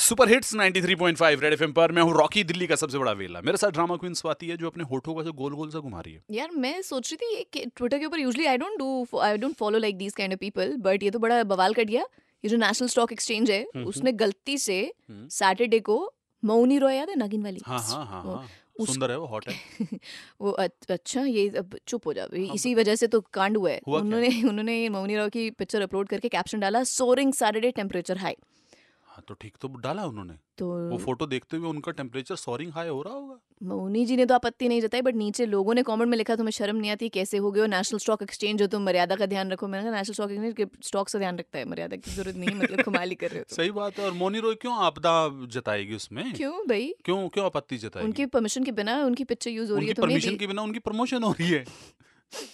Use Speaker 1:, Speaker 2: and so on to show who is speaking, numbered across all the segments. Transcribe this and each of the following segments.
Speaker 1: Super hits 93.5 Red FM पर मैं हूँ रॉकी दिल्ली का सबसे बड़ा वेला मेरे साथ ड्रामा क्वीन स्वाति है जो अपने होठों का गोल गोल सा घुमा रही है
Speaker 2: यार मैं सोच रही थी ये कि- ट्विटर के ऊपर usually I don't do I don't follow like these kind of people but ये तो बड़ा बवाल कर दिया ये जो नेशनल स्टॉक एक्सचेंज है
Speaker 1: हम्म,
Speaker 2: उसने गलती से
Speaker 1: हम्म।
Speaker 2: सैटरडे को मौनी रॉय याद है नागिन वाली
Speaker 1: हाँ हाँ हाँ
Speaker 2: वो-
Speaker 1: हाँ
Speaker 2: उस-
Speaker 1: सुंदर है वो हॉट है
Speaker 2: वो अच- अच्छा ये अब चुप हो जाओ
Speaker 1: हाँ,
Speaker 2: इसी वजह से तो कांड हुआ है
Speaker 1: हुआ क्या?
Speaker 2: उन्होंने उन्होंने मौनी रॉय की पिक्चर अपलोड करके कैप्शन डाला सोरिंग सैटरडे टेम्परेचर हाई
Speaker 1: हाँ तो ठीक तो डाला उन्होंने वो
Speaker 2: तो
Speaker 1: फोटो देखते हुए उनका टेम्परेचर सोरिंग हाई हो रहा होगा
Speaker 2: मौनी जी ने तो आपत्ति नहीं जताई बट नीचे लोगों ने कमेंट में लिखा तुम्हें शर्म नहीं आती कैसे हो गए हो नेशनल स्टॉक एक्सचेंज हो तुम मर्यादा का ध्यान रखो मैंने कहा नेशनल स्टॉक एक्सचेंज के स्टॉक्स का ध्यान रखता है मर्यादा की जरूरत नहीं है मतलब कमाली कर रहे हो तुम।
Speaker 1: सही बात है और मोनी रॉय क्यों आपदा जताएगी उसमें
Speaker 2: क्यों भाई
Speaker 1: क्यों क्यों आपत्ति जताएगी
Speaker 2: उनकी तो परमिशन के बिना उनकी पिक्चर यूज हो रही है
Speaker 1: उनकी
Speaker 2: तुमने
Speaker 1: परमिशन के बिना उनकी प्रमोशन हो रही है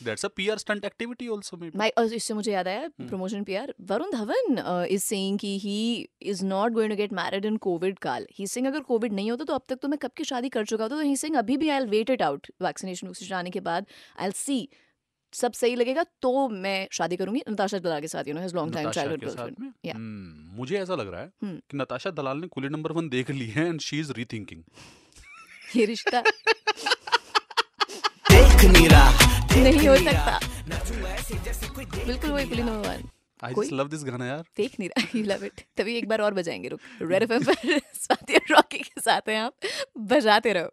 Speaker 1: that's a PR stunt activity also may
Speaker 2: my और इससे मुझे याद आया promotion PR Varun Dhawan is saying कि he is not going to get married in covid काल ही सिंग अगर कोविड नहीं होता तो अब तक तो मैं कब की शादी कर चुका होता तो ही सिंग अभी भी I wait it out vaccination vaccination आने के बाद आई सी सब सही लगेगा तो मैं शादी करूंगी नताशा दलाल के साथ you know his long time childhood girlfriend Yeah.
Speaker 1: मुझे ऐसा लग रहा है
Speaker 2: हम्म।
Speaker 1: कि नताशा दलाल ने कुली नंबर वन देख ली है एंड शी इज रीथिंकिंग
Speaker 2: ये रिश्ता
Speaker 3: देख नीरा
Speaker 2: नहीं हो सकता बिल्कुल वही कुलीन भगवान
Speaker 1: आई
Speaker 2: कोई-
Speaker 1: जस्ट लव दिस गाना यार
Speaker 2: देख नहीं रहा यू लव इट तभी एक बार और बजाएंगे रुक रेड एफएम पर स्वाति और रॉकी के साथ हैं आप बजाते रहो